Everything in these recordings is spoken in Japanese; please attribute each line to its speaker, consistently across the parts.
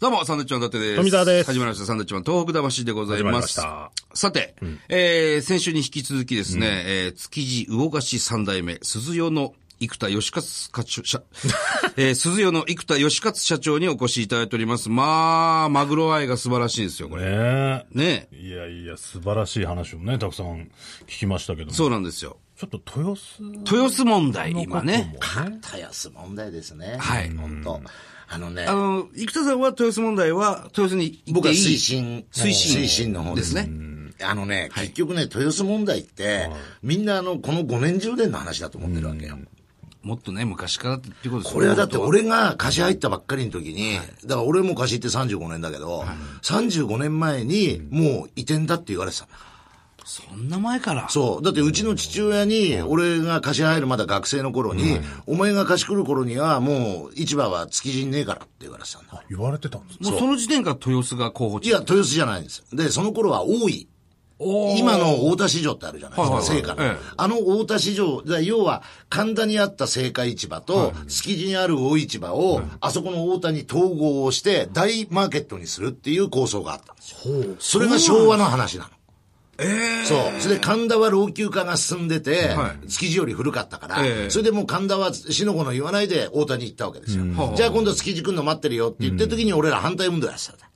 Speaker 1: どうも、サンドウィッチマン伊達です。
Speaker 2: 富澤です
Speaker 1: 始まりました、サンドウィッチマン東北魂でございます。
Speaker 2: 始まりま
Speaker 1: さて、えー、先週に引き続きですね、えー、築地魚菓子三代目、鈴代の生田義勝課長、社、えー、鈴代の生田義勝社長にお越しいただいております。まあ、マグロ愛が素晴らしいですよ、これ。
Speaker 2: ね
Speaker 1: ね
Speaker 2: え。いやいや、素晴らしい話をね、たくさん聞きましたけども。
Speaker 1: そうなんですよ。
Speaker 2: ちょっと豊洲の
Speaker 1: 豊洲問題、
Speaker 2: ことも
Speaker 1: 今ね。
Speaker 3: たやす問題ですね。
Speaker 1: はい
Speaker 3: 本当。あのね
Speaker 1: あ、の、生田さんは豊洲問題は、豊洲に行っていい
Speaker 3: 僕は推進、
Speaker 1: 推進。
Speaker 3: 推進の方
Speaker 1: ですね。
Speaker 3: あのね、結局ね、豊洲問題って、みんなあの、この5年10年の話だと思ってるわけよ。
Speaker 1: もっとね、昔からっていうことですよね
Speaker 3: これはだって俺が貸し入ったばっかりの時に、だから俺も貸しって35年だけど、35年前にもう移転だって言われてたんだ
Speaker 1: そんな前から。
Speaker 3: そう。だってうちの父親に、俺が貸し入るまだ学生の頃に、お前が貸し来る頃にはもう市場は築地にねえからって言われてたんだ。
Speaker 2: 言われてたんですね
Speaker 1: もうその時点から豊洲が候補
Speaker 3: い
Speaker 1: 地。
Speaker 3: や、豊洲じゃないんです。で、その頃は大井。
Speaker 1: おー
Speaker 3: 今の大田市場ってあるじゃないですか、
Speaker 1: はいはいはい
Speaker 3: 青果の、
Speaker 1: ええ
Speaker 3: あの大田市場、だ要は神田にあった青果市場と、築地にある大市場を、あそこの大田に統合をして、大マーケットにするっていう構想があったんですよ。それが昭和の話なの。そう。それで神田は老朽化が進んでて、
Speaker 1: はい
Speaker 3: 築地より古かったから、
Speaker 1: ええ
Speaker 3: それでもう神田はしのこの言わないで大田に行ったわけですよ。じゃあ今度築地来るの待ってるよって言ってる時に俺ら反対運動やってたんだ。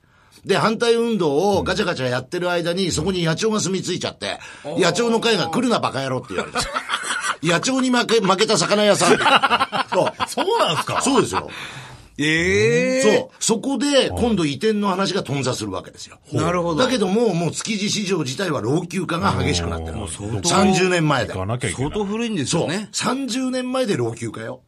Speaker 3: で、反対運動をガチャガチャやってる間に、そこに野鳥が住み着いちゃって、野鳥の会が来るなバカ野郎って言われてた。 野鳥に負け、負けた魚 屋さん。そう。
Speaker 2: そうなんですか
Speaker 3: そうですよ。
Speaker 1: ええ
Speaker 3: そう。そこで、今度移転の話が頓挫するわけですよ。
Speaker 1: なるほど
Speaker 3: だけども、もう築地市場自体は老朽化が激しくなってる。
Speaker 2: もう
Speaker 1: 相当
Speaker 3: 30年前だ
Speaker 2: 行か
Speaker 3: よ。
Speaker 2: なきゃいけ
Speaker 1: 相
Speaker 2: ない。
Speaker 1: 当古いんです
Speaker 3: そ
Speaker 1: よ
Speaker 3: う。
Speaker 1: ね。
Speaker 3: 30年前で老朽化よ。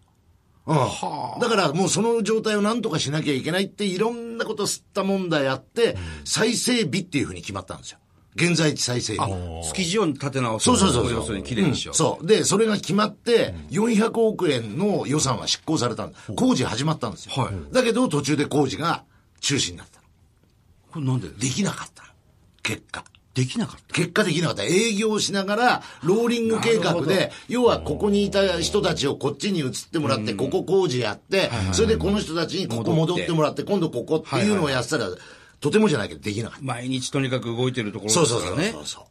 Speaker 3: うん。だからもうその状態を何とかしなきゃいけないって、いろんなこと吸った問題あって、再整備っていうふうに決まったんですよ。現在地再整備。
Speaker 1: 築地を建て直す。
Speaker 3: そうそうそうそう
Speaker 1: 要するに綺麗にしよう。
Speaker 3: そう。で、それが決まって、400億円の予算は執行されたんだ。工事始まったんですよ。
Speaker 1: はい
Speaker 3: だけど途中で工事が中止になったの。
Speaker 1: これなんで
Speaker 3: できなかったの。結果。
Speaker 1: できなかった
Speaker 3: 結果できなかった。営業しながら、ローリング計画で、要はここにいた人たちをこっちに移ってもらって、ここ工事やって、それでこの人たちにここ戻ってもらって、今度ここっていうのをやってたら、とてもじゃないけどできなかった。
Speaker 1: 毎日とにかく動いてるところです
Speaker 3: そ
Speaker 1: か
Speaker 3: う
Speaker 1: らね。
Speaker 3: そうそうそうそう。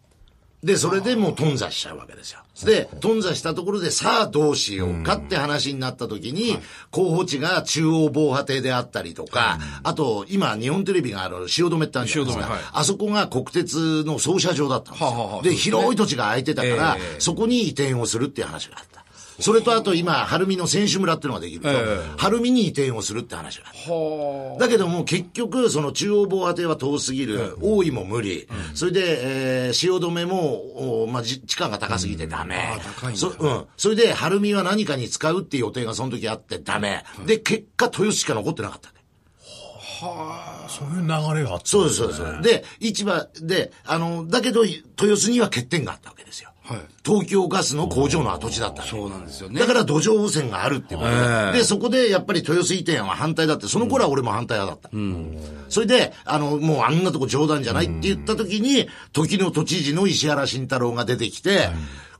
Speaker 3: で、それでもう頓挫しちゃうわけですよ。で、頓挫したところで、さあどうしようかって話になった時に、候補地が中央防波堤であったりとか、あと、今、日本テレビがある汐留ってあるじゃないです
Speaker 1: 汐留はい
Speaker 3: か。あそこが国鉄の操車場だったんです
Speaker 1: はあはあはあ
Speaker 3: よ。
Speaker 1: そう
Speaker 3: で、
Speaker 1: ですね
Speaker 3: 広い土地が空いてたから
Speaker 1: え、え
Speaker 3: そこに移転をするっていう話があった。それとあと今、晴海の選手村っていうのができると、晴海に移転をするって話があった。だけども結局、その中央防波堤は遠すぎる、大井も無理、それで、えー、汐留も、おまあ、じ地価が高すぎてダメ。
Speaker 1: 高いんだ
Speaker 3: そうん。それで、晴海は何かに使うっていう予定がその時あってダメ。で、結果、豊洲しか残ってなかったね。
Speaker 2: そういう流れがあった。
Speaker 3: そうです、そうです。で、市場で、あの、だけど、豊洲には欠点があったわけですよ。
Speaker 1: はい
Speaker 3: 東京ガスの工場の跡地だったんで
Speaker 1: そうなんですよね。
Speaker 3: だから土壌汚染があるっていうことで、で、そこでやっぱり豊洲移転は反対だって、その頃は俺も反対派だった。それで、あの、もうあんなとこ冗談じゃないって言った時に、時の都知事の石原慎太郎が出てきて、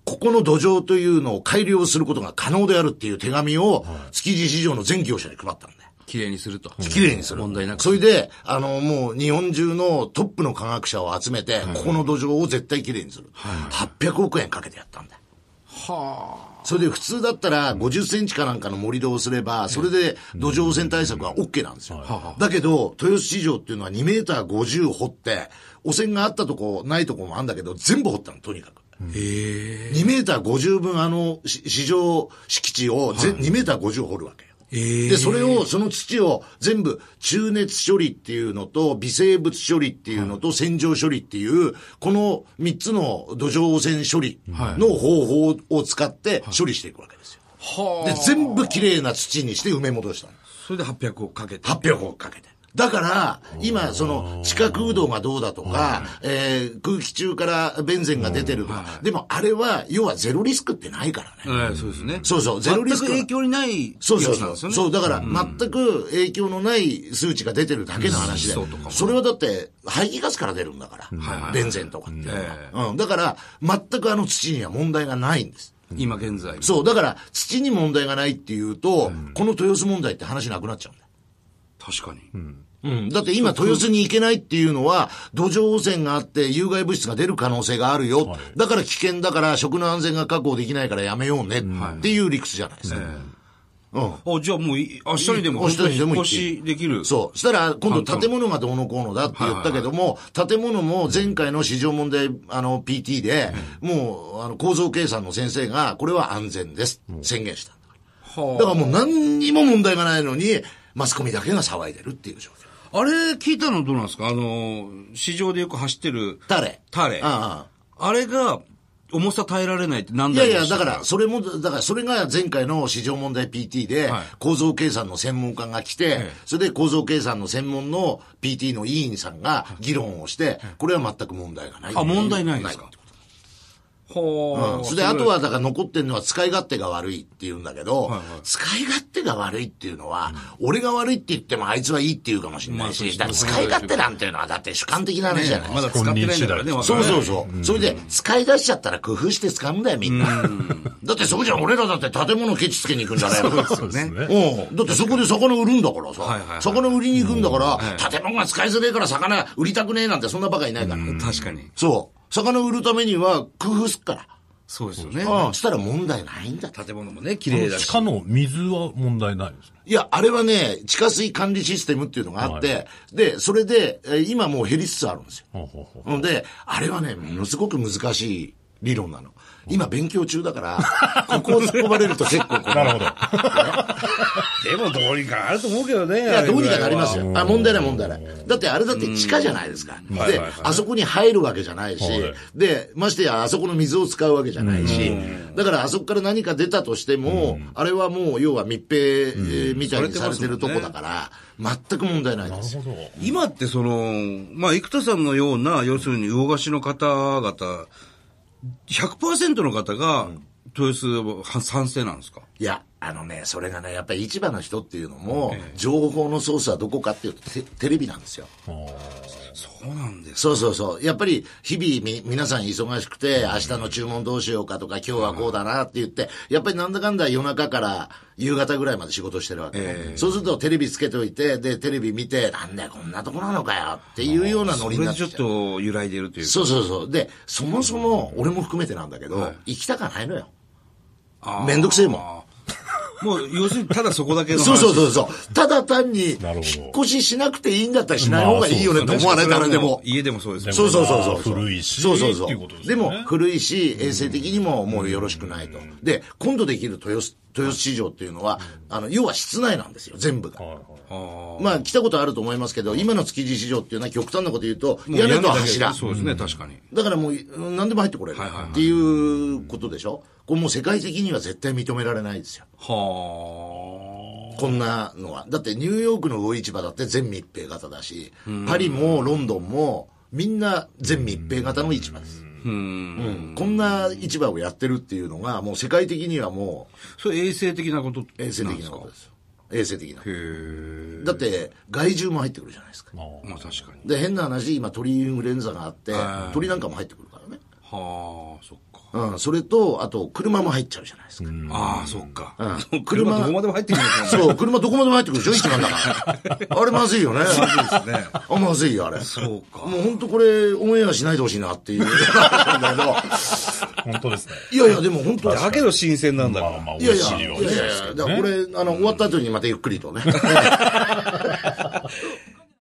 Speaker 3: ここの土壌というのを改良することが可能であるっていう手紙を、築地市場の全業者に配ったんだよ。
Speaker 1: 綺麗にすると。
Speaker 3: 綺麗にする。
Speaker 1: 問題なく。
Speaker 3: それで、あの、もう日本中のトップの科学者を集めて、ここの土壌を絶対綺麗にする。800億円かけてやったんだ。はあ。それで普通だったら50センチかなんかの盛り土をすれば、それで土壌汚染対策は OK なんですよ。だけど、豊洲市場っていうのは2メーター50掘って、汚染があったとこ、ないとこもあるんだけど、全部掘ったの、とにかく。2メーター50分あのし市場敷地をぜ、2メーター50掘るわけよ。で、それを、その土を全部中熱処理っていうのと微生物処理っていうのと洗浄処理っていう、この3つの土壌汚染処理の方法を使って処理していくわけですよ。で、全部きれいな土にして埋め戻したの。
Speaker 1: それで800をかけて。
Speaker 3: 800をかけて。だから、今、その、地下空洞がどうだとか、えー空気中からベンゼンが出てるとか、でもあれは、要はゼロリスクってないからね。
Speaker 1: ええそうですね。
Speaker 3: そうそうゼロリスク
Speaker 1: 全く影響にないやつ
Speaker 3: そうそ
Speaker 1: な
Speaker 3: う
Speaker 1: ん
Speaker 3: そ
Speaker 1: で
Speaker 3: う。
Speaker 1: すよね。
Speaker 3: そう、だから、全く影響のない数値が出てるだけの話で
Speaker 1: うんそうとかも。
Speaker 3: それはだって、排気ガスから出るんだから。ベンゼンとかっていうの
Speaker 1: え
Speaker 3: は。うん。だから、全くあの土には問題がないんです。
Speaker 1: 今現在。
Speaker 3: そう、だから、土に問題がないっていうと、この豊洲問題って話なくなっちゃうんだよ。
Speaker 1: 確かに。
Speaker 3: うん、だって今、豊洲に行けないっていうのは、土壌汚染があって、有害物質が出る可能性があるよ、だから危険だから、食の安全が確保できないからやめようねっていう理屈じゃないですか。うん
Speaker 1: あ、じゃあもうい、明日にでも、
Speaker 3: 明
Speaker 1: 本
Speaker 3: 日
Speaker 1: 当
Speaker 3: に
Speaker 1: に
Speaker 3: でも
Speaker 1: 引
Speaker 3: 行
Speaker 1: っ
Speaker 3: っ
Speaker 1: 越
Speaker 3: ていい
Speaker 1: しできる。
Speaker 3: そう。したら、今度建物がどうのこうのだって言ったけども、建物も前回の市場問題、あの、PT で、もう、あの、構造計算の先生が、これは安全です。宣言した。だからもう何にも問題がないのに、マスコミだけが騒いでるっていう状況。
Speaker 1: あれ聞いたのどうなんですかあの、市場でよく走ってる、
Speaker 3: 誰
Speaker 1: タレ。
Speaker 3: ああ。
Speaker 1: あれが、重さ耐えられないって何
Speaker 3: いや
Speaker 1: 台
Speaker 3: い
Speaker 1: も
Speaker 3: や、
Speaker 1: した
Speaker 3: だから、それも、だから、それが前回の市場問題 PT で
Speaker 1: はい、
Speaker 3: 構造計算の専門家が来て
Speaker 1: え、
Speaker 3: それで構造計算の専門の PT の委員さんが議論をして、これは全く問題がない。
Speaker 1: あ、問題ないんですか
Speaker 3: う
Speaker 1: は
Speaker 3: んそれで、あとは、だから残ってるのは使い勝手が悪いって言うんだけど、
Speaker 1: はいはい
Speaker 3: 使い勝手が悪いっていうのは、俺が悪いって言ってもあいつはいいって言うかもしれないし、
Speaker 1: まあそうですね
Speaker 3: だから使い勝手なんていうのはだって主観的な話じゃないで
Speaker 1: ますだ
Speaker 3: か。
Speaker 1: 使ってないんだからね、わか
Speaker 3: そ
Speaker 1: ら
Speaker 3: う
Speaker 1: ない
Speaker 3: そうそう。それで、使い出しちゃったら工夫して使うんだよ、みんな。だってそうじゃん、俺らだって建物ケチつけに行くん じゃないの
Speaker 2: そうですね。
Speaker 3: うん。だってそこで魚売るんだからさ。
Speaker 1: はいはいはい
Speaker 3: 魚売りに行くんだから、建物が使いづらいから魚売りたくねえなんてそんなバカいないから。
Speaker 1: 確かに。
Speaker 3: そう。魚売るためには工夫すっか
Speaker 1: そうですよね。
Speaker 3: ら。うん。したら問題ないんだって。
Speaker 1: 建物もね、綺麗だ
Speaker 2: 地
Speaker 1: し。
Speaker 2: 下の水は問題ないですね。
Speaker 3: いや、あれはね、地下水管理システムっていうのがあって、
Speaker 2: は
Speaker 3: で、それで、えー今もう減りつつあるんですよ。
Speaker 2: ほうほうほう
Speaker 3: ので、あれはね、ものすごく難しい理論なの。今勉強中だから、ここを突っ込まれると結構 こう
Speaker 2: なるほど。
Speaker 1: でもどうにかあると思うけどね。い
Speaker 3: いや、どうにかなります
Speaker 1: よ。
Speaker 3: よ。あ、問題ない問題ない。だってあれだって地下じゃないですか。
Speaker 1: はいはい
Speaker 3: で
Speaker 1: はい、
Speaker 3: あそこに入るわけじゃないし
Speaker 2: はい、
Speaker 3: で、ましてやあそこの水を使うわけじゃないし、だからあそこから何か出たとしても、あれはもう要は密閉えーみたいにされてるとこだから、全く問題ないですよ。
Speaker 2: そう
Speaker 1: 今ってその、まあ、生田さんのような、要するに魚菓子の方々、100%の方が、豊洲は賛成なんですか
Speaker 3: いや、あのね、それがね、やっぱり市場の人っていうのも、情報のソースはどこかっていうとテ、テレビなんですよ。
Speaker 1: そうなんです。
Speaker 3: そうそうそう。やっぱり、日々み、皆さん忙しくて、明日の注文どうしようかとか、今日はこうだなって言って、やっぱりなんだかんだ夜中から夕方ぐらいまで仕事してるわけ。そうすると、テレビつけといて、で、テレビ見て、なんだよ、こんなとこなのかよっていうようなノ
Speaker 1: そ
Speaker 3: リに
Speaker 1: れ
Speaker 3: なっ
Speaker 1: で
Speaker 3: ち
Speaker 1: ち
Speaker 3: ゃ
Speaker 1: ょ
Speaker 3: う
Speaker 1: っ。と揺らいでるというか。
Speaker 3: そうそうそう。で、そもそも、俺も含めてなんだけど、行きたかないのよ。
Speaker 1: あー
Speaker 3: めんどくせえもん。
Speaker 1: もう、要するにただそこだけの話。
Speaker 3: そうそうそうそう。ただ単に、引
Speaker 2: なるほど
Speaker 3: っ越ししなくていいんだったらしない方がいいよね
Speaker 2: まあ
Speaker 3: と思わない、
Speaker 1: それは
Speaker 3: 誰でも。
Speaker 1: 家でもそうですよ
Speaker 3: そうそうそうそう。
Speaker 2: 古いし
Speaker 3: そうそう
Speaker 2: っ
Speaker 3: そ
Speaker 2: ていうことです
Speaker 3: う。
Speaker 2: ね
Speaker 3: でも、古いし、衛生的にももうよろしくないと。で、今度できる豊洲、豊洲市場っていうのは、あの、要は室内なんですよ、全部が。まあ、来たことあると思いますけど、今の築地市場っていうのは極端なこと言うと、
Speaker 1: もう
Speaker 3: 屋根と
Speaker 1: だけ
Speaker 3: 柱。
Speaker 1: そうですね、確かに。
Speaker 3: だからもう、うん何でも入ってこれる
Speaker 1: はいはいはい
Speaker 3: っていうことでしょこれもう世界的には絶対認められないですよ。
Speaker 1: は
Speaker 3: こんなのは。だってニューヨークの魚市場だって全密閉型だし、パリもロンドンもみんな全密閉型の市場です。
Speaker 1: あ。うん。
Speaker 3: うんこんな市場をやってるっていうのが、もう世界的にはも
Speaker 1: それ衛生的なこと
Speaker 3: う衛生的なことですよ。衛生的な。
Speaker 1: へえ。
Speaker 3: だって、害獣も入ってくるじゃないですか。
Speaker 1: まあ確かに。
Speaker 3: で、変な話、今鳥インフルエンザがあって、鳥なんかも入ってくるからね。
Speaker 1: はあ、そっか。
Speaker 3: うん、それと、あと、車も入っちゃうじゃないですか。
Speaker 1: ああ、そっか。
Speaker 3: う ん
Speaker 1: 車どこまでも入ってくるんですよ
Speaker 3: そう、車どこまでも入ってくるでしょ、一番だから。あれまずいよね。
Speaker 1: そうですね。
Speaker 3: あ、まずいよ、あれ。
Speaker 1: そうか。
Speaker 3: もう本当これ、オンエアしないでほしいなっ ていう。だけど、
Speaker 2: 本当ですね。
Speaker 3: いやいや、でも本当
Speaker 1: だけど新鮮なんだか
Speaker 2: まあ
Speaker 1: ら。
Speaker 2: まあ、
Speaker 3: い
Speaker 2: 美
Speaker 3: やい
Speaker 2: 味
Speaker 3: や、
Speaker 2: し
Speaker 3: い
Speaker 2: い
Speaker 3: や
Speaker 2: よ。
Speaker 3: いやいや、だからこれ、あの、終わった後にまたゆっくりとね。